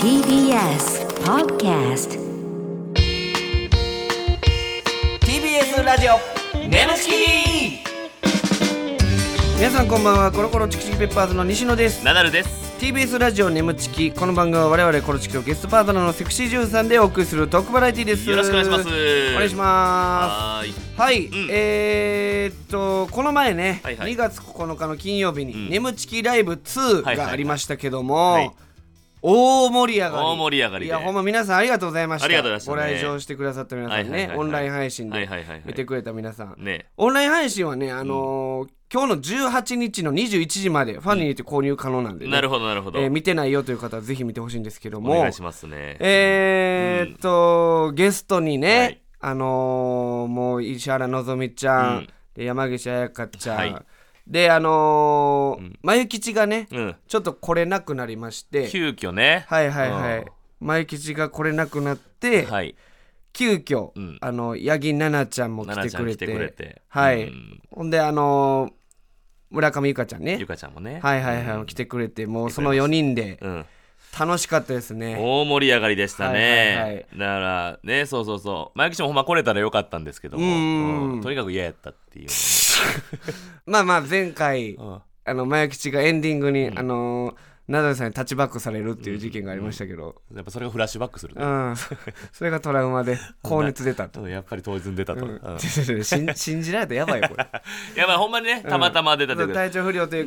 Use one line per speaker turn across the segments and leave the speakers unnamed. TBS Podcast
TBS ラジオ
ムチ
皆さんこんばんはコロコロチキチキペッパーズの西野です
ナダルです。
TBS ラジオネムチキこの番組は我々コロチキとゲストパートナーのセクシージュンさんでお送りするトークバラエティです
よろしくお願いします。
お願いしま
はーい。
すはい、
ん
えー、っとこの前ね、
はいはい
2月9日の金曜日に、
ん
ネムチキライブ2
はいはいはい
がありましたけども、
はい
大盛り上がり
大盛り上がりで
いやほんま皆さんありがとうございました
ありがとうございましたね
ご来場してくださった皆さんね、
はいはいはいはい
オンライン配信
は
で
いはいはいはい
見てくれた皆さん、
ね。
オンライン配信はね、あのー今日の18日の21時までファンによって購入可能なんで、ね
なるほどなるほど。
えー見てないよという方はぜひ見てほしいんですけど
お
も
願いしますね。
えーっと、ゲストにね、
はい
あのーもう石原のぞみちゃん、
うん
で山岸彩香ちゃん、
はい
であのー眉吉がね、
うん。
ちょっと来れなくなりまして
急遽ね。
はいはいは
うん
い眉吉が来れなくなって、
はい。
急遽、
うん
あの八木奈々ちゃんも来
奈
て
々
くれ
ちゃ
て
ん来てくれて
はい、
うん
ほんであのー村上由香ちゃん
ゆ
ね
かちゃんもね。
はいはいはい、来てくれてもうその4人で
うん。
楽しかったですね
大盛り上がりでし
は
た
いはいは
ね
い。
だからね、そうそうそう。マイキシもほんま来れたらよかったんですけども、
うん
うんとにかく嫌やったっていう。
まあまあ前回
うん
あの前吉がエンディングに、あのーナダルさんにタッチバックされるっていう事件がありましたけど、
やっぱそれがフラッシュバックする
う
ね。
んそれがトラウマで高熱出たと、
うんやっぱり当然出たと。うん
うん、 信信じられたらやばいよこれ
いやまあほんまにね、たまたま出たということで
体調不良という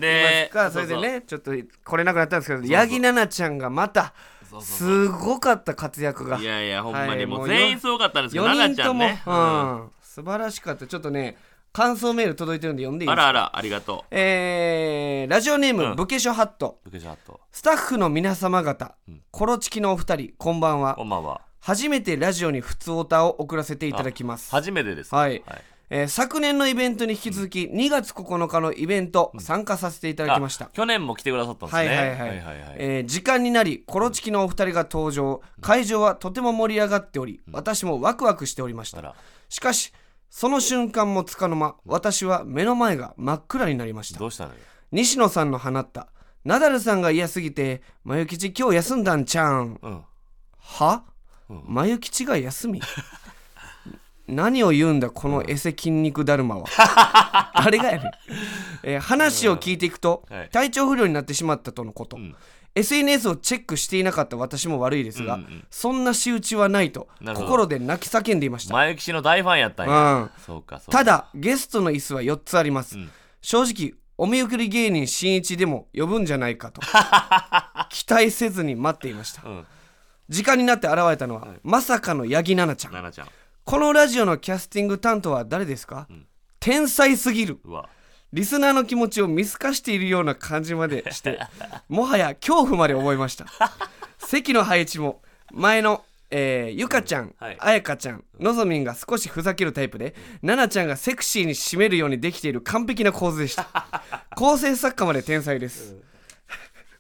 か、
ね
それでねちょっと来れなくなったんですけど八木奈々ちゃんがまた
そうそうそう
すごかった活躍が
いやいや、ほんま
は
に
い
も
も
う
う
全員すごかったんですけど、
4
奈
人
々ちゃ
と
ん
も、
ね。うん
うん、素晴らしかったちょっとね感想メール届いてるんで読んでいい
あ
ですから
あら、ありがと
えーラジオネーム、
うん
ブケショハット
う。ブケジャート。
スタッフの皆様方、コロチキのお二人こんばんは
こんばんは。
初めてラジオに普通オタを送らせていただきます
初めてです。
はいえー昨年のイベントに引き続き、2月9日のイベント、参加させていただきました
あ去年も来てくださったんです
は
ね。
いはいはい、
はい。
えー時間になりコロチキのお二人が登場会場はとても盛り上がっており私もワクワクしておりまし
あ
た
ら
しかしその瞬間もつかの間私は目の前が真っ暗になりました
どうしたのよ。
西野さんの放ったナダルさんが嫌すぎて「まゆきち今日休んだんちゃうん
うん。」
は
うん
まゆきちが休み 何を言うんだこのエセ筋肉だるまは 誰がやねん、えー話を聞いていくと、
うんはい
体調不良になってしまったとのこと、
ん
SNS をチェックしていなかった私も悪いですが、
うんうん
そんな仕打ちはないと
なるほど
心で泣き叫んでいました
前吉の大ファンやったんや。そうか、そうか。
た、だゲストの椅子は4つあります、
ん
正直お見送り芸人しんいちでも呼ぶんじゃないか と期待せずに待っていました
うん。
時間になって現れたのは、まさかの八木奈々ちゃん
奈々ちゃん。
このラジオのキャスティング担当は誰ですか、天才すぎる
うわ。
リスナーの気持ちを見透かしているような感じまでしてもはや恐怖まで覚えました席の配置も前の、えーゆかちゃん、
はい
あやかちゃんのぞみんが少しふざけるタイプでななちゃんがセクシーに締めるようにできている完璧な構図でした構成作家まで天才です、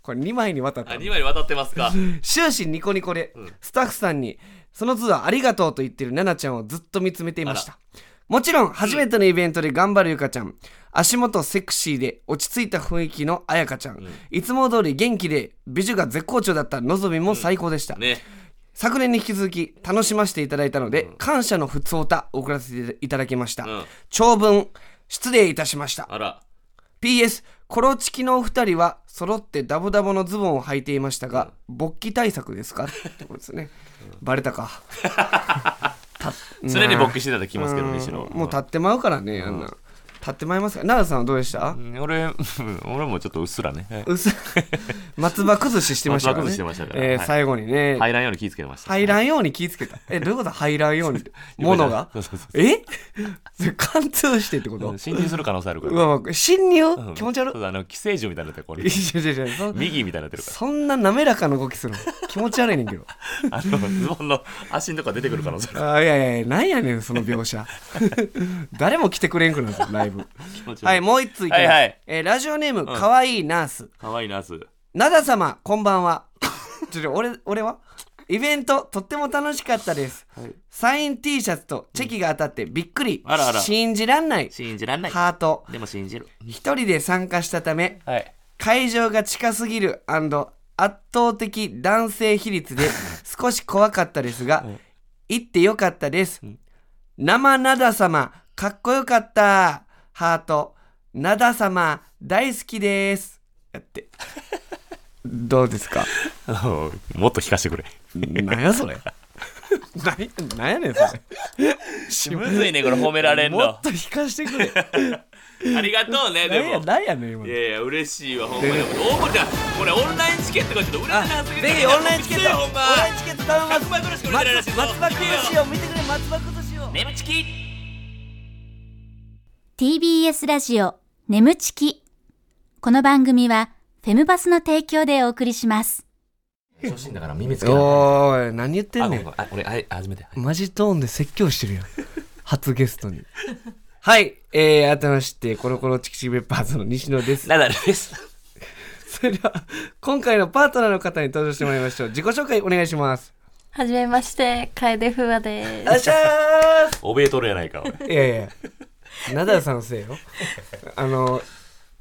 これ2枚にわたっ
あ、
た
2割渡ってますか。
終始ニコニコで、スタッフさんにその都度ありがとうと言ってる奈々ちゃんをずっと見つめていましたもちろん初めてのイベントで頑張るゆかちゃん、足元セクシーで落ち着いた雰囲気のあやかちゃん、いつも通り元気で美女が絶好調だったのぞみも最高でした、
ね。
昨年に引き続き楽しませていただいたので、感謝の普通歌を送らせていただきました、
うん
長文失礼いたしました
あら。
PS コロチキのお二人は揃ってダボダボのズボンを履いていましたが、勃起対策ですかってことですね、バレたか
常に勃起してたと聞きますけど、
うん
西野。
もう立ってまうからねあんな立ってまいますか奈良さんはどうでした
うん俺、うん俺もちょっとうっすらね。はいう
っす松葉崩ししてましたからね
松葉崩ししてましたから
えー
はい
最後にね、
入らんように気ぃつけてました。
入らんように気ぃつけたえどういうこと入らん ようにってものが
そうそうそ
えそれ貫通してってこ
う
と
ん侵入する可能性あるか
う
ら。
わうわ侵入、
うん
気持ち悪
そ
いう
だあの、寄生獣みたいになってるこれ
い。やいやいやいやそ
右みたいになってるから。
そんな滑らかな動きするの気持ち悪いねんけど
あのズボンの足のとこ出てくる可能性ある
あいやいやいやなんやねんその描 写誰も来てくれんくなるんですよライブ はいもう一ついきます、
はいはい
えーラジオネーム、かわいいナース
かわいいなす
なだ様こんばんはちょちょ俺俺はイベントとっても楽しかったです、サイン T シャツとチェキが当たってびっくり、
あらあら
信じらんない
信じらんない
ハート
でも信じる
一人で参加したため
はい
会場が近すぎる圧倒的男性比率 で少し怖かったですが行ってよかったです生灘様かっこよかったハート灘様大好きですやってどうで すか
もっと聞かせてくれ。
なんやそれ何やねんそれ
むずいね、これ褒められ ん
も
の
っ。と引かし てくれ
ありがとうね、で
何や
も。
何やねん今
いやいや、嬉しいわ、ほんまに。大子ちゃん、これオンラインチケットがちょっと売れてなさすぎる
ぜひオンラインチケット
ほ
オ
ん
ン
ま。
ラインチケット頼みます
100枚ぐらいしか売れてないらしい
松
ぞ。
松葉崩しを見てくれ松葉崩しを
ねむちき
TBS ラジオ眠ちきこの番組はフェムバスの提供でお送りします
初心だから耳つけない。
おーい何言って
あ、
ん
ご
ね
め
ん
んごめんあ俺、はい、初めて。
マジトーンで説教してるや ん初ゲストにはいえー、改めましてコロコロチキチキペッパーズの西野です
ナダル です。
それでは今回のパートナーの方に登場してもらいましょう自己紹介お願いします
はじめまして、楓ふわで
あしゃ
おべえとるやないか、おい
ーいやいやナダルさんのせい よあの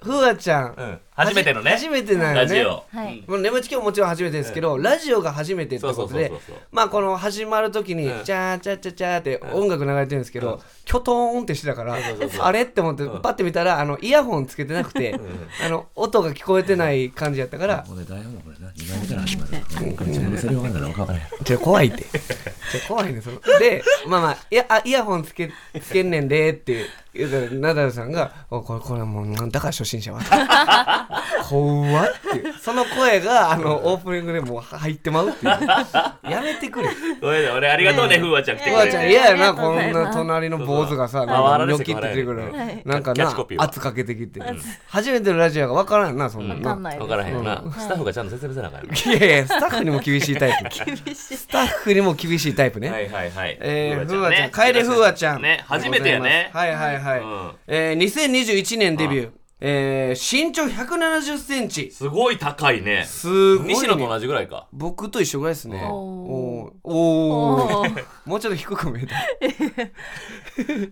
ふわちゃん、
うん初めてのね
初めてなんよね
ラジオ。
す。はい。
もう眠ちきももちろん初めてですけど、ラジオが初めてってことで
そうそうそうそうそう
まあこの始まる時に
う
「
ん
チャーチャーチャーチャー」って音楽流れてるんですけど、キョトーンってしてたから
そうそう
あれって思ってパッて見たらあのイヤホンつけてなくてあの音が聞こえてない感じやったから
これ台本これな、2枚目から始まる。それ分かんない分かんない。
ちょ怖いってちょ怖いねそのでまあまあいやあイヤホンつけつけんねんでって言うたらナダルさんが「おこれこれもうだから初心者は」怖っっていうその声があのオープニングでもう入ってまうっていうやめてくれ
ごめんね、俺ありがとうね、ふわちゃん来て
お
く
ばあ
れ
ちゃ
て。
ん嫌やな
ありがとう
こ
ござ
ん
います
な隣の坊主がさ
そう
なんかニョ
回られて
キって出てくる
回ら
れて
なんか
キャッ
な
チコピーは
圧かけてきて初めてのラジオがわからんなそんなん
わかん
な
ない
分か
で
ら
す。
へんよな、スタッフがちゃんと説明せなあかんよ
いやいやスタッフにも厳しいタイ プスタッフにも厳しいタイプ
は
ね
いはいはい
えーふわちゃん楓ふわちゃん
ね初めてやね
はいはいは
うん
いえー2021年デビューえー身長1 7 0ンチ
すごい高いね
すごいね
西野と同じぐらいか
僕と一緒ぐらいですねおー
お
おー
ー
もうちょっと低く見えた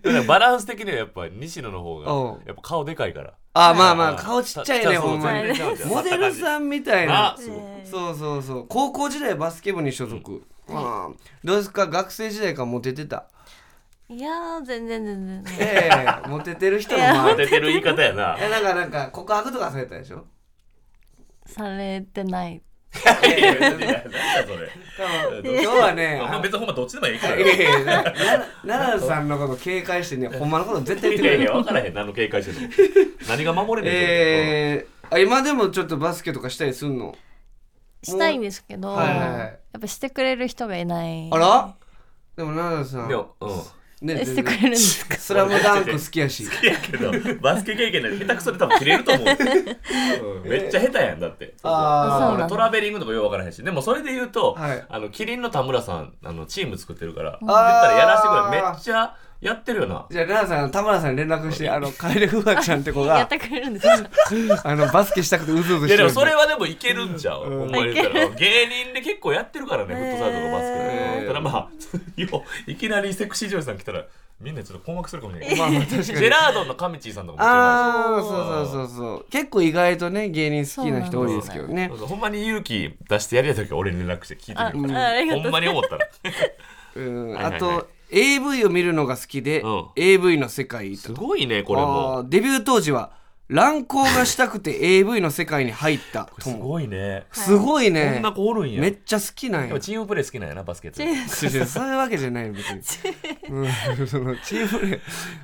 だからバランス的にはやっぱ西野の方が
うん
やっぱ顔でかいから
あまあまあ顔ちっちゃいね
た
ほんまに
そうそ
モ
う全然違う
デルさんみたいな
あすごい
そうそうそう高校時代バスケ部に所属、ああどうですか学生時代からモテて た
いやー、全然全然。
ええモテてる人のまあ
当ててる言い方やな
えなんかなんか告白とかされたでしょ
されてない。
いやいやいや何だそれ
今日はね
まあ
あ
別にほんまどっちでもいいから
い
い
やいやな奈良さんのこと警戒してねほんまのこと絶対言って
や
く
い
れ
や
る
分からへん何の警戒してんの何が守れねえ
ええあ今でもちょっとバスケとかしたりすんの
したいんですけど、
はいはいはい
やっぱしてくれる人がいない。
あらでも奈良さん
でもうん
ね
えしてくれるん ですか
スラムダンク好きやし
いやけどバスケ経験ない下手くそで多分切れると 思う、うん、めっちゃ下手やんだって
あ
ー
俺トラベリングとかよう分からへんしでもそれで言うと、
はい
あのキリンの田村さんあのチーム作ってるから言った
あー
らやらせてくれめっちゃやってるよな
じゃあ奈良さん田村さんに連絡してあのカエルフワちゃんって子
やっ
が
てくれるんですか
あのバスケしたくてうずうずし
い
て
やで
る
もそれはでもいけるんちゃう、ほんまに言ったら芸人で結構やってるからねフットサルとかバスケで、
へー
ただまあよういきなりセクシー女優さん来たらみんなちょっと困惑するかもしれないけど
まあまあ確か
ジ
に
ェラードンのカミチーさんとか
ああそうそうそうそう結構意外とね芸人好きな人多いですけど
も
ね
そうそうほんまに勇気出してやりたい時は俺に連絡して聞いてみる
あありが
ほんまに思ったら
うん
はいはい
あと AV を見るのが好きで
うん
AV の世界へ行った
すごいねこれ
あ
も
ーデビュー当時は乱行がしたくて AV の世界に入った
これ
と
す
も
ごいね
すごい
こ
ね
んな子おるんや
めっちゃ好きなん
で
や
もチームプレー好きなんやなバスケット
いやそういうわけじゃないよ別にうんそのチームで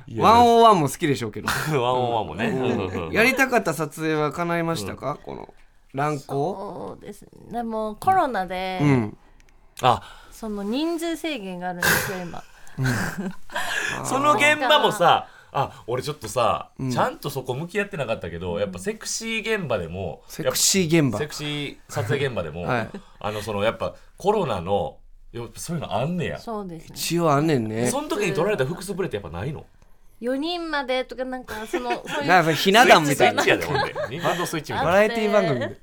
や
101も好きでしょうけど
ワンオンワンもね。
やりたかった撮影は叶いましたか、この乱行
そうですね。でも、コロナで、
うん
あ
その人数制限があるんですよ、 今。
その現場もさあ俺ちょっとさ、ちゃんとそこ向き合ってなかったけどやっぱセクシー現場でも
セクシー現
やっぱ
場
セクシー撮影現場でも、
はい
あのそのやっぱコロナのやっぱそういうのあんねやそ
そうですね。
一応あんねんね
の時に撮られた複数プレーってやっぱないの
4人までとか、なんか、その、そう い
なん
う。
かひな壇みたいな
スイッチやでほんでニンテンドースイッチみたい
バ
な
ラエティ番組で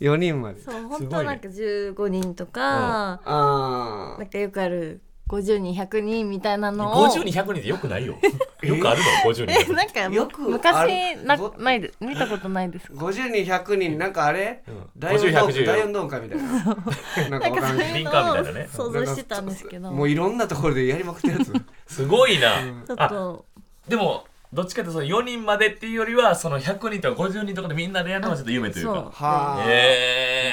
4人まで
そう、本当はなんか15人とか、
あ
なんかよくある50人100人みたいなのを
50人100人ってよくないよよくあるの50人
えなんか
よくあ
昔
る
な
ご
ないで見たことないです
50人100人なんかあれ、
ん
第4ドーム
50 110
第4ドームかみたいな なんかわかんない
リンカーみたいなね
想像してたんですけど
もういろんなところでやりまくってるや つ
すごいな、
ちょっ
あ
と
でもどっちかっていうとその4人までっていうよりはその100人とか50人とかでみんなでやるのはちょっと夢という
そ
か
う
はあ、
へ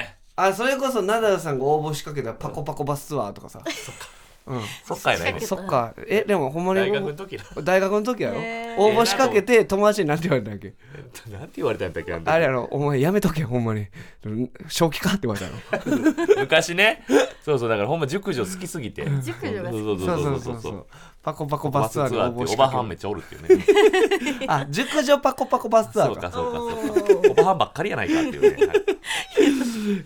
え
あそれこそナダルさんが応募仕掛けたパコパコバスツアーとか さそっかう
そっかいね
んそっかえでもほんまに
大学の時だ
大学の時やろ
へー
応募仕掛けて友達になんて言われたんだっけ
なんて言われたんだっけあの時
あれやろお前やめとけほんまにん正気かって言われたやろ
昔ねそうそうだからほんま熟女好きすぎて
熟女が好き
そう
そ
そうう
そ
そうう
そ
そうう
そ
そうう
パコパコバ
バ
スツ
スツ
ア
ア
ーで
ー
応
って
募
お
し
ば
か
はんめ
け
っちゃおるっていうね
てあ熟女パコパコバスツア
そ
ー
う
か
かそうかそうかおばはんばっかりやないかっていうねはい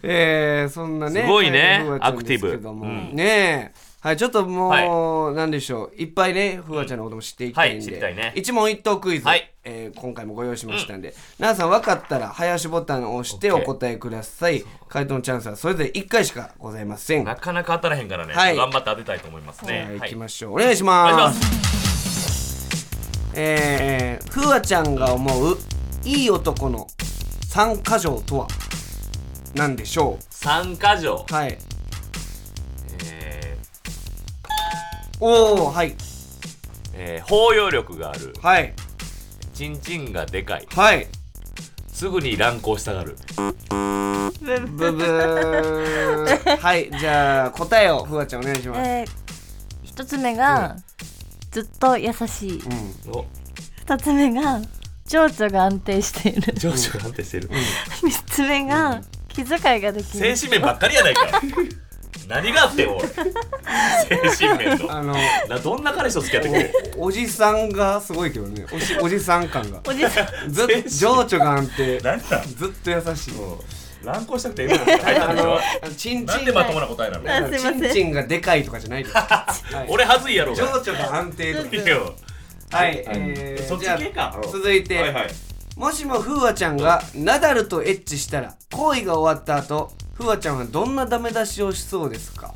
えー、そんなね
すごいね
ふわちゃんですけども
アクティブうん
ねえはいちょっともう、なんでしょういっぱいねふわちゃんのことも知っていきたいんで、
はい知りたいね
一問一答クイズ、
はい
えー今回もご用意しましたんで奈々、さん分かったら早押しボタンを押してお
オッケー
答えください回答のチャンスはそれぞれ1回しかございません
なかなか当たらへんからね、
はい
頑張って当てたいと思いますね。
はい、行き
お
ましょう。お願いします。
願いします。
えー、ふわちゃんが思ういい男の三箇条とは何でしょ
三箇条。
う。はい。
えー
おお、はい、
えー包容力がある。
はい、
ちんちんがでかい。
はい。
すぐに乱行したがる。
ブブー。はい、じゃあ答えをふわちゃんお願いします。
えー一つ目が、ずっと優しい
うん、
お、
二つ目が情緒が安定している
情緒が安定してる。
三つ目が気遣いができ
精
る
神面ばっかりやないか。何があってん、おい。精神面
あ
の。
の
な、どんな彼氏と付き合ってくる。
お じさんがすごいけどね。おじおじさん感が。
おじさ ん
ずっと情緒が安定。
何だ。
ずっと優しい。
乱行したくて、今入った
あ
んでしょ
の。ちんち
なん
ん
で
が
まともな答えなの。
あすいません
ちんちんがでかいとかじゃ ないです。はい
俺はずいやろう
情
が。
緒が安定とか
いいよ。
はい、えー、
そっち
じゃあ
系か。
続いて、
はいはい。
もしもフワちゃんがナダルとエッチしたら行為が終わった後フワちゃんはどんなダメ出しをしそうですか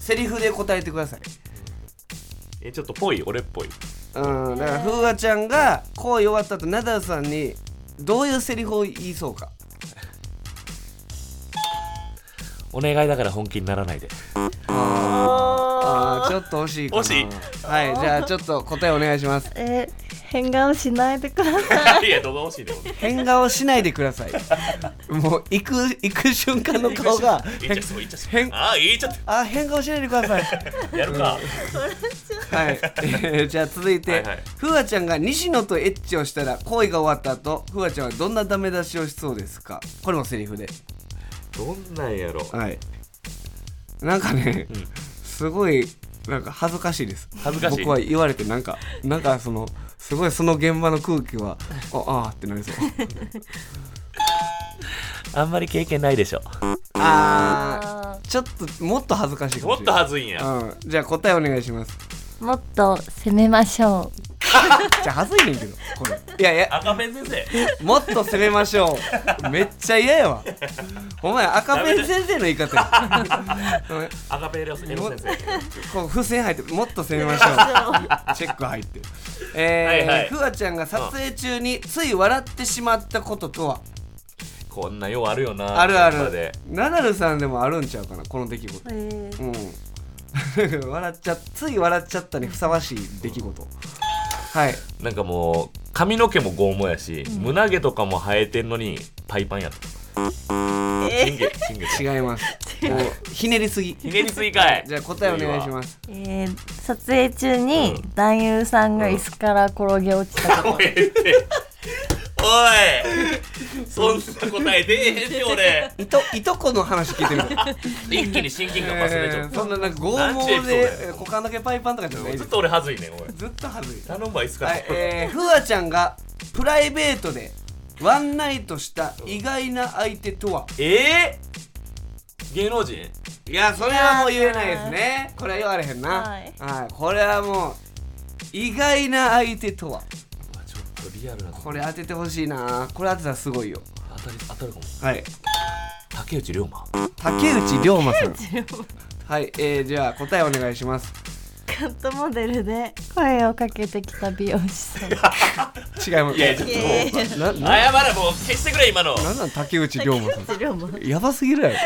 セリフで答えてください
え、ちょっとぽい、俺っぽい。
うんだからフワちゃんが行為終わった後ナダルさんにどういうセリフを言いそうか
お願いだから本気にならないで。
あーちょっと惜しいかな
惜しい
はいじゃあちょっと答えお願いします
えー変顔しないでくださ い
いや、動画欲しいね。
変顔しないでくださいもう行く行く瞬間の顔が
いいじゃん、そういいじゃ
変
ん。ああ、いいじゃん。
あ変顔しないでください
やるか。
はい、えーじゃあ続いて、
はいはい
ふわちゃんが西野とエッチをしたら行為が終わった後ふわちゃんはどんなダメ出しをしそうですかこれもセリフで
どんなんやろ。
はいなんかね、
ん
すごいなんか恥ずかしいです
恥ずかしい
僕は言われてなんかなんかそのすごいその現場の空気 はああーってなりそう
あんまり経験ないでしょ。
あ
あ
ーちょっともっと恥ずかしいか
も
も
っ
しれ
と
ない
はずいんや。
うん、じゃあ答えお願いします
ーもっと攻めましょ
じゃあ恥ずいねんけどこれいやいや
赤ペン先生。
もっと攻めましょ う。めっちゃ嫌やわ。お前赤ペン先生の言い方や。
赤ペンエロ先生。
こう付箋入ってもっと攻めましょう。チェック入って。えー
はいはい
ふわちゃんが撮影中につい笑ってしまったこととは、
こんなようあるよな。
あるあ
現場
る。
で
ナダルさんでもあるんちゃうかなこの出来事
う、。え
うん。 笑っちゃつい笑っちゃったにふさわしい出来事。はい。
なんかもう、髪の毛も剛毛やし、胸毛とかも生えてんのに、パイパンやった。チンゲ、チンゲ。
違います。もうひねりすぎ。
ひねりすぎかい。
じゃあ答えお願いします。
えー撮影中に男優さんが椅子から転げ落ちたこと、
おいっておいそんな答え出えへんね俺
いといとこの話聞いてみる。
一気に親近感増すねちょっと
そんななんか
なん
剛
ちゅうエ
毛
ピソード
で
や
えー股間だけパイパンとかじゃないで
ずっ
す
と俺はずいねんおい
ずっとはずい
頼むわいつか
はいえー、ふわちゃんがプライベートでワンナイトした意外な相手とは
えー、芸能人
いやそれはもう言えないですねこれは言われへんな
はい
はい、これはもう意外な相手とは
うわちょっとリアルなとこ
これ当ててほしいなこれ当てたらすごいよ
当たり当たるかも
はい
竹内涼真
竹内涼真さんはい、えー、じゃあ答えお願いします
カットモデルで声をかけてきた美容師さん
違いま
いやちょっ
す
とも
な
う
な
謝れもう消してくれ今の
なんなん竹内涼真さん
治療も
やばすぎるやろ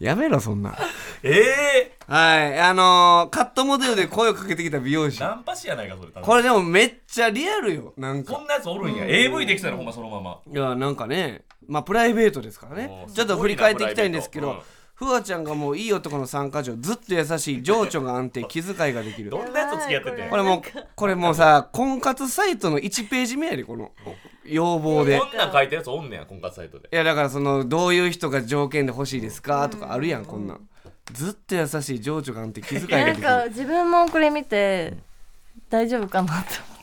やめろそんな
ええ
はいあのー、カットモデルで声をかけてきた美容師
ナンパ師やないかそれ多分
これでもめっちゃリアルよなん
こ
か
んなやつおるんや AV できたらほんまそのまま
いやなんかねまあプライベートですからね
おー
ちょっと振り返っていきたいんですけ
すごい
ど
な
ふわちゃんがもういい男の参加条ずっと優しい情緒が安定気遣いができる
どんなやつと付き合ってて
これもうこれもうさ婚活サイトの1ページ目やでこの要望で
こんなん書いたやつおんねや婚活サイトで
いやだからそのどういう人が条件で欲しいですかとかあるやんこんなんずっと優しい情緒が安定気遣いが
な
で
ん
き
か
る
自分もこれ見て大丈夫かなと思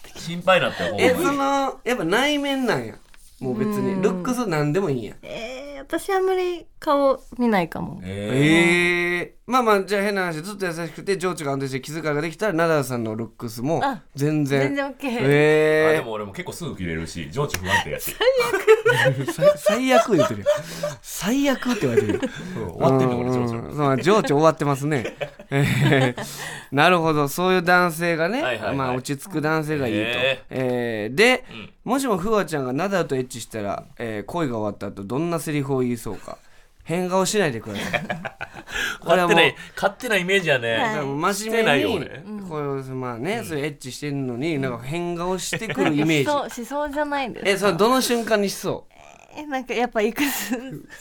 って
心配になったよほん
え
ま
そ
に
のやっぱ内面なんやもう別にルックスなんでもいいんや
えー、私あんまり顔見ないかも
え
ええまあまあじゃあ変な話ずっと優しくて情緒が安定して気遣いができたらナダルさんのルックスも
あ
全然
全然 OK
ーあ
え
でも俺も結構すぐ切れるし情緒不安定やし
え最最悪言ってるよ最悪って言われてるよ
うん終わってんの俺情
うん
緒
そうなん情緒終わってますねえーなるほどそういう男性がね、
はいはいはい
まあ、落ち着く男性がいいと、
へ
えーで、もしもフワちゃんがナダルとエッチしたら、えー恋が終わった後どんなセリフを言いそうか変顔しないでくだ さいこれはも
勝手
う
な勝手なイメージや
だか
ね
らもう真
してな
面
いよ
目に
俺
これをまあね、それエッチしてるのになんか変顔してくるイメージ
そうしそうじゃないです
えそれどの瞬間にしそ
えなんかやっぱいくつ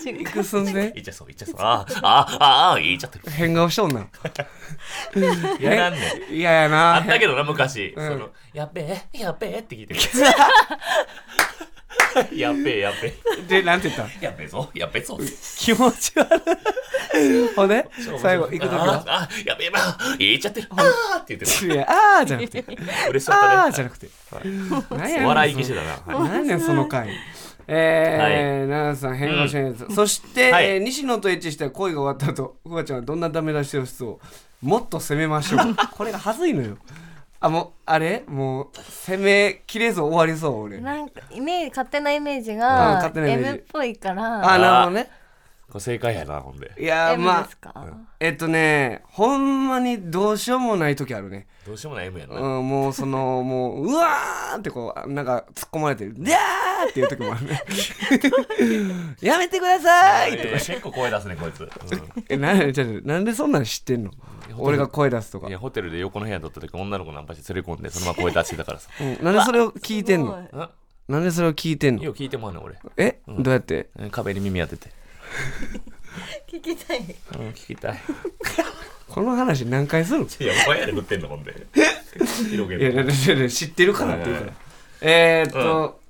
瞬
うくすんで
いっちゃそういっちゃそうあーあーあーあー言っちゃってる
変顔しとんな
やらんねん
いややな
あったけどな昔、そのやっべえやっべえって聞 いてるやっべえやっべ
でなんて言った
えやっべえぞやっべえぞ
気持ち悪い。ほんで、最後、行くとき
あ
は。
あやべえば言っちゃってるあーって言って
いやあーじゃなくて、
る嬉し
あ
か
ー
っ
じ
た
ゃ
ね
なくて。
笑い
消
消し
して
たな、はい
何やねん、その回。えー、奈々さん、変顔しないです。そして、
はい
えー西野とエッチした恋が終わった後、ふわちゃんはどんなダメ出しをしそうもっと攻めま しょう。これが恥ずいのよ。あ、もう、あれもう、攻めきれず終わりそう、俺。あ、
なんかイメージ勝手なイメージ
うん
が
勝手なイメージ
M っぽいから
なるほどね。
これ正解やなほんで
いやー、
M
ま
です
あ、
か、
えっとね、ほんまにどうしようもない時あるね。
どうしようもない M やな、
うん、もうそのもううわーってこうなんか突っ込まれてる「でー!」っていう時もあるね やめてください
えー結構声出すねこいつ、うん
えなんちょっとなんでそんなん知ってんの俺が声出すとか
いやホテルで横の部屋取った時女の子ナンパして連れ込んでそのまま声出してたからさ
うん、なんでそれを聞いてん
すご
の
い
あ
なんでそれを聞いてんの
よう聞いてもらうね俺
え、どうやって
うん壁に耳当てて、
聞きたい
うん、聞きたい
この話何回するの
いやお前やで振ってんのほんで 広げ
いや
て
いやいやいや知ってるからって言うからえー、っと、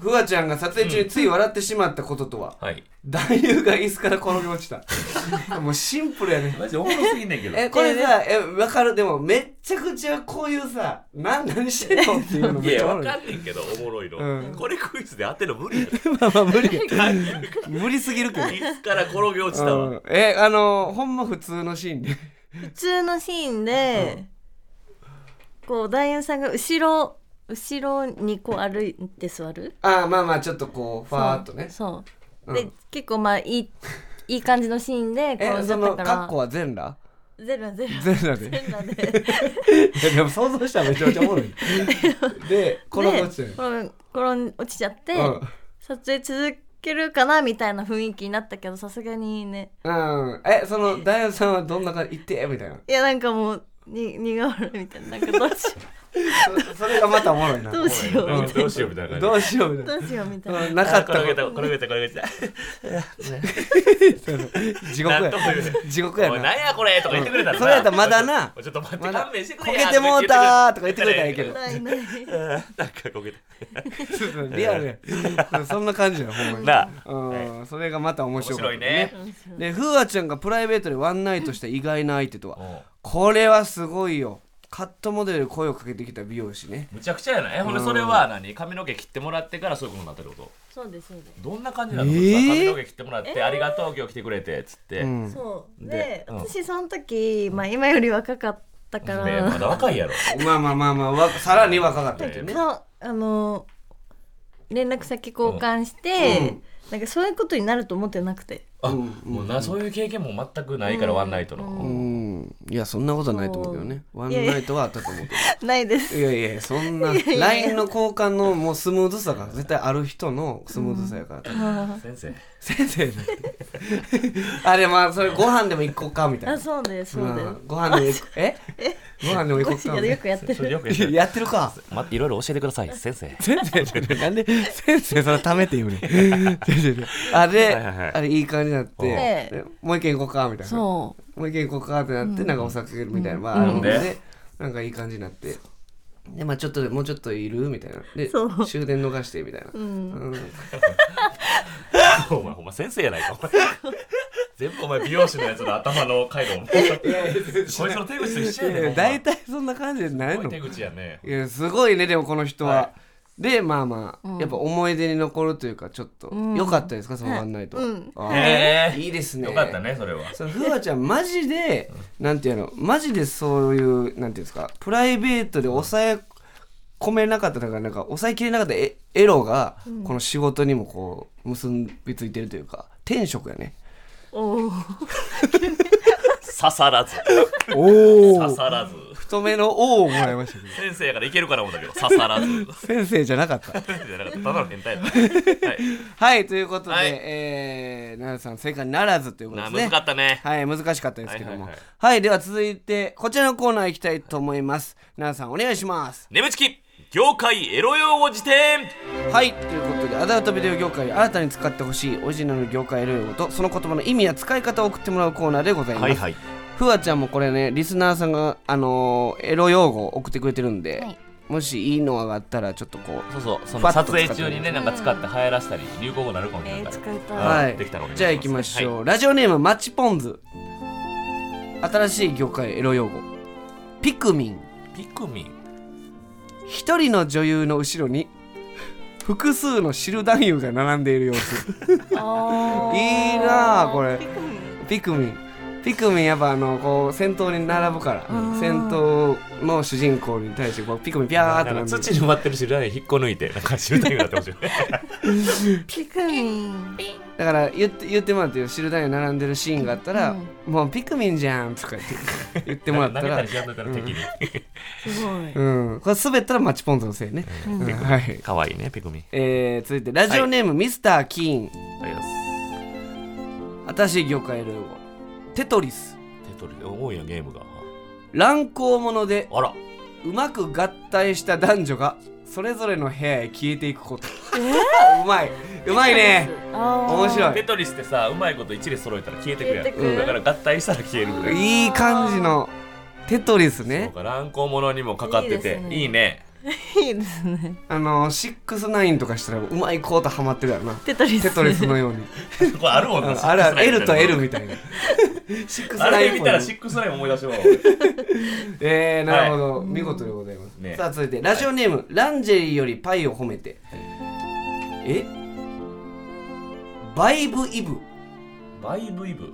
ふわちゃんが撮影中につい笑ってしまったことと は、
はい
男優が椅子から転げ落ちたもうシンプルやね
マジでおもろすぎんねんけど
えこれさえわかるでもめっちゃくちゃこういうさな 何してんのっていうの
い
めっち
や、
ゃおも
わ
ろい
かんねんけど、おもろいの。
うん
これクイズで当てるの無理やで。
まあまあ無理 無理すぎるけど
いつから転げ落ちた
う
わ。
んえあのほんま普通のシーンで
普通のシーンで、こう男優さんが後ろ後ろにこう歩いて座る
ああまあまあちょっとこうファーっとね
そう、
うん
で結構まあいいいい感じのシーンで
え
転んじ
そ
ゃった
の
か
カッ
ら
コは全裸
ゼロゼロ
全裸で
ゼロで
いやでも想像したらめちゃめちゃおもろ いで 転が落ちて
で
る
転ん転ん落ちちゃって、
うん
撮影続けるかなみたいな雰囲気になったけどさすがにね
うんえそのダイヤさんはどんな感じ行ってみたいない
やなんかもうに苦笑いみたいななんかどうしよ
そそれがまたおもろいな
うどうしようみたい
どうしようみたいな
ど
感
う
じ。
しようみ
な
たい
どうしようみたいな
なうんなかった
転げた、転げた、転げた。
地獄
な
や
んとも言えない
地獄や
おい、
な
なんやこれとか言ってくれたらな。
それやったらまだな
ちょっと待って、
まだ
勘弁してく
こ
れ
け
や。
てもうたーとか言ってくれたらいいけど
ないない
うんなんかこけて。
リアルや んそんな感じやほんまに
なあ
うんそれがまた面
面
白かっ
白
た
いね。
でふわちゃんがプライベートでワンナイトした意外な相手と
う
は
ん
これはすごいよカットモデルで声をかけてきた美容師ね
むちゃくちゃやないほんで、それは何髪の毛切ってもらってからそういうことになってること。
そうですそうです
どんな感じなの
えー
髪の毛切ってもらって、ありがとう、今日来てくれて、つって。
うん
そう
で
で、
うん
私その時、まあ、今より若かったか
ねま
ら、
だ若いやろ。
まあまあまあまあわさらに若かったけどね
顔あの連絡先交換して、なんかそういうことになると思ってなくて
あ、もうな、そういう経験も全くないから、ワンナイトの。
うんうんいやそんなことはないと思うけどねワン
いやいや
ナイトはあったと思うけ
ないです
どいやいやいやそんな LINE の交換のもうスムーズさが絶対ある人のスムーズさやから、
先生
先生 だってあれまあそれご飯でも行こうかみたい
あ
な
そうですそううです、
んご飯でも行こうえご飯でも行こうかみたい
よくやって
それ
る
よくや
な
ってる
やってるか
待っていろいろ教えてください先生
先生なんで先生それためて言うねん 先生あれ、
いはいはい
あれいい感じになって、
ええ
でもう一軒行こうかみたいな
そう
もう一軒行こうかってなって、なんかお酒みたいな、まあ、
うん
で
で
なんかいい感じになってでまあちょっともうちょっといるみたいなで
そう
終電逃してみ たいな、うん
お前ほんま先生やないかお前全部お前美容師のやつの頭の回路こいつの手口と一緒やねんほんま
大体そんな感じじゃない
すごい
の
手口やね
いやすごいねでもこの人は、
は
でまあまあ、やっぱ思い出に残るというかちょっと、良かったですかそのワンナイト、あー
へー
いいですね
よかったねそれは
そのふわちゃんマジでなんていうのマジでそういうなんていうんですかプライベートで抑え込めなかったなんかなんか抑えきれなかったエエロがこの仕事にもこう結びついてるというか天職やね
お
刺さら ず
お
刺さらず
太めの「お」をもらいましたけど
先生やからいけるかな思ったけど刺さらず
先生じゃなかった
じゃなかったただの変態や ったはい
はいということで、
はい
えー奈良さん正解ならずということで
な
すね
難かったね
はい難しかったですけども
はいはい
は
はいい
では続いてこちらのコーナー行きたいと思います奈良さんお願いします
眠ちき業界エロ用語辞典
はいということでアダルトビデオ業界で新たに使ってほしいオリジナルの業界ルールとその言葉の意味や使い方を送ってもらうコーナーでございます、
い
ふわちゃんもこれねリスナーさんがあのーエロ用語を送ってくれてるんで、
はい
もしいいのがあったらちょっとこ
そうそうそ
ふわ
の
っと使
撮
って
影中にねなんか使って流行らせたり流行語になるかもしれ
え
ないか
ー、
ら
使いた
う
い
あー
はい
できたらお願いします
じゃあ行きましょう、ラジオネームマッチポンズ新しい業界エロ用語ピクミン
ピクミン
一人の女優の後ろに複数の知る男優が並ん でいる様子
あー
いいなあこれ
ピクミ
ピクミ
ン
ンピクミンやっぱあのこう戦闘に並ぶから戦闘の主人公に対してこうピクミンピャーって
な
なんん
か
で
土に埋まってるし裏に引っこ抜いてなんか知るタイムになってほしいね
ピクミン
だから言って言ってもらってよ知るだに並んでるシーンがあったら「もうピクミンじゃん」とか言って言ってもらっ
投
た
げた
ら
りしやんといたら 敵に
すごい
うんこれ滑ったらマッチポンズのせいね、うんはい
可愛いねピクミン
えー、続いてラジオネーム、ミスター・キーン
ありがとうございます
新しい業界ルール語テトリス
手取りで重いなゲームが
乱高者で
あら
うまく合体した男女がそれぞれの部屋へ消えていくこと、うまいうまいね面白
テ
い
トリスってさうまいこと一列揃えたら消えてくやん
消えてく
だから合体したら消えるぐらい
いい感じのテトリス
そう
ね
か乱高者にもかかってていいね
いいですね
あの69とかしたらうまいコートはまってるやろな
テトリス
テトリスのように
これあるもんな
あれは L と L
み
みたいな
たいなあれ見たらシ
69
ックスナイン思い出します
えー、なるほど、見事でございます、
ね
さあ続いてラジオネーム、ランジェリーよりパイを褒めて、えバイブイブ
バイブイブ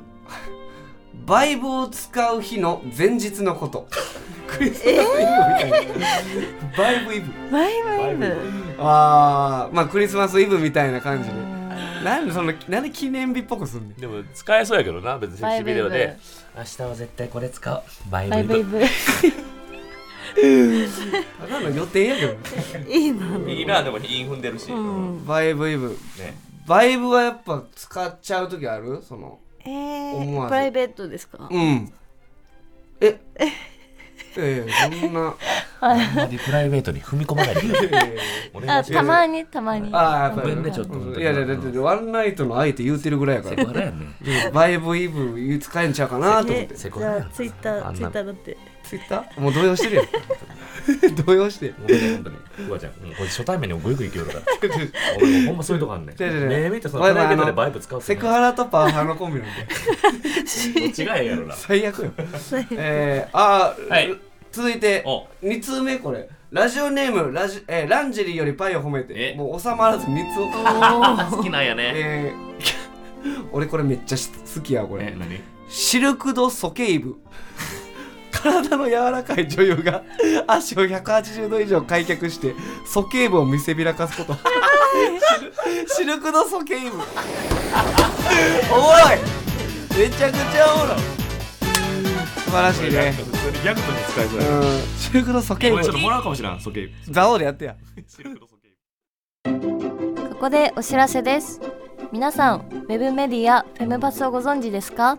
バイブを使う日の前日のこと クリスマスイブみたいな、バイブイブ
バイバイ
バイ
ブ
ああまあクリスマスイブみたいな感じでなんでそのなんで記念日っぽくすんねん
でも使えそうやけどな別にセクシービデオ
バイブ
で
イ
明日は絶対これ使うバ
バ
イ
イバ
ブ
イ
イブ
ブ
ただの予定やけ どね
いいない
いなでも韻踏んでるしうん
バイブイブ
ね
バイブはやっぱ使っちゃう時あるその
え
思わ
ー、
ず
プライベートですか
うんえええそんな
あんまりプライベートに踏み込まないでくれお願
あ
いし
ちょたまにたまに
ああやっぱ
ご
り
めんねちょっと
いやいやだってワンナイトの相手言うてるぐらいやか
ます
ら
笑やね
バイブイブ使えんちゃうかなと思っ
え
て
セコ
じ
ハラ
ゃあツイッタ
あ
ー
んな
ツイッターだって
ツイッターもう動揺してるやん 動揺して
ごめんね本当にフワちゃんうんこれ初対面にもグイグイいけるから俺ほんまそういうとこあんねん
違う違う違う
目見てそのプライベートでバイブ使うって
セク
ね
ハラとパワハラのコンビなんで
どっちがええやろな
最悪よえー、あー、
はい
続いて
お
2通目これラジオネームラジ、えーランジェリーよりパイを褒めて
え
もう収まらず3つを
好きなんやね
えー 俺これめっちゃ好きやこ
え
れ
何
シルク・ド・ソケイブ 体の柔らかい女優が 足を180度以上開脚してソケイブを見せびらかすこと シルシルク・ド・ソケイブ おもろいめちゃくちゃおもろい素晴らしいね
普通にギャグとして使いづ
う
らい。
ん中黒そけ
こ
ん
れちょっともらうかもしれん、ソケイ。
蔵王でやってや
白黒ソケイ。
ここでお知らせです皆さんウェブメディアフェムバスをご存知ですか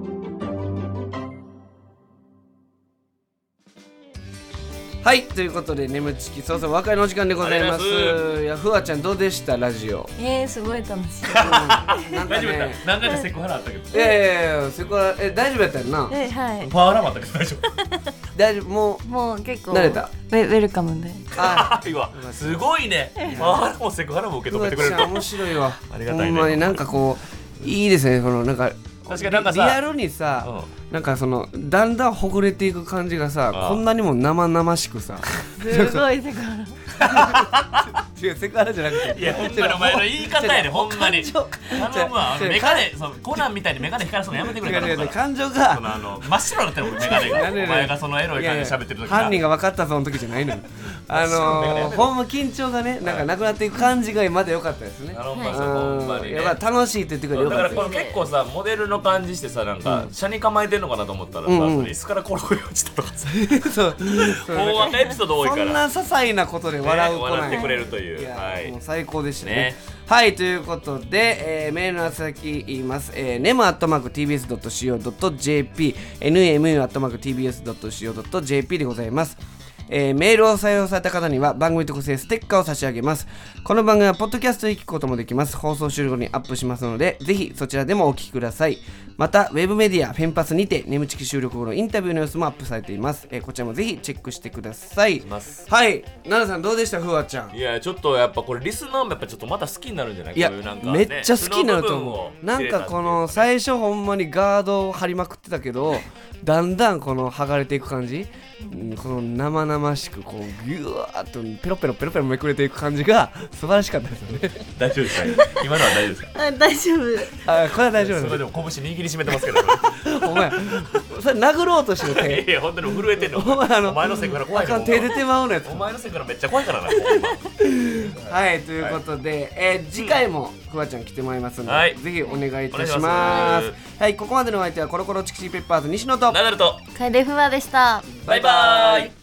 はいということで眠ちきそうそう和解のお時間でございます
ありがとうござい
いやふわちゃんどうでしたラジオ
えー、すごい楽しい
なんか
大丈夫だっ
ね
た。何回かセクハラあったけど。
いやいやいやそこはえ大丈夫やったよな
えはい
パワハラもあったけど大丈夫。
大丈夫もう
もう結構
慣れた
ウェウェルカムで
あ
あいわ。すごいね。パワハラもセクハラも受け
ふ
止め
わ
て
ち
くれる
ゃ。ん面白いわ
ありが
ほ
たいね
んまになんかこういいですねこのなんか
確かになんかさ
リアルにさ、
うん
なんかそのだんだんほぐれていく感じがさ
ああ
こんなにも生々しくさ
すごいすごい
違うセクハラじゃなくて
いや、ほんまにお前の言い方やで、ほんまに。頼むわ、あ
違
の
う
メガネ、そうコナンみたいにメガネ光らすのやめてくれ
違う違う違う
た
感情
その
が
あの真っ白になってるもんメガネ
なんで
が
ね
お前がそのエロい
いや
感
いや
じで喋ってる時
犯人
が
が分かったぞの時じゃないのよ あのー、ほんま緊張がねなんかなくなっていく感じが今まで良かったですね
頼む
う
わ
ん
そこほんまにね
やっぱ楽しいって言ってくれてよ
だか
からった
こ
よ
の結構さモデルの感じしてさなんか車に構えてんのかなと思ったらさ、
うんうん
その椅子から転げ落ちたと かさ
そうそう
大若エピソード多い
そ
から
んな些細なことで笑う子
ね
なん
笑
や
ってくれるという
いや、
はい
もう最高でしたね
ね
はいということで、えーメールの宛先言います、えー、nemu.tbs.co.jp nmu.tbs.co.jp でございますえーメールを採用された方には番組特製ステッカーを差し上げますこの番組はポッドキャストで聞くこともできます放送終了後にアップしますのでぜひそちらでもお聞きくださいまたウェブメディアフェンパスにて眠ちき収録後のインタビューの様子もアップされています、えーこちらもぜひチェックしてください
ます
はい奈々さんどうでしたふわちゃん
いやちょっとやっぱこれリスナーもやっぱちょっとまた好きになるんじゃない
いや、
こううなんか
め
ね
っちゃ好きになると思う
素の部分を
な
知
ん
れた
かこの最初ほんまにガードを張りまくってたけど だんだんこの剥がれていく感じ、うんこの生々しくこうギュワーっとペロペロペロペロめくれていく感じが素晴らしかったですよね
大丈夫ですか今のは大丈夫ですか
あ大丈夫
あこれは大丈
そ
夫
れ
だ
でも拳握りしめてます けど
お前それ殴ろうとしてる
いや
手
いや本当に 震えてんの
お前あの
お前のせいから怖
あ
いよ
かん手出てまうのやつ
お前のせいからめっちゃ怖いからな ほんま
はいということで、えー次回もフワちゃん来てもらいますので、
はい
ぜひお願いいたします
お願いしま
はいここまでのお相手はコロコロチキチキペッパーズ西野と
ナダルと
楓ふわでした
バイバーイ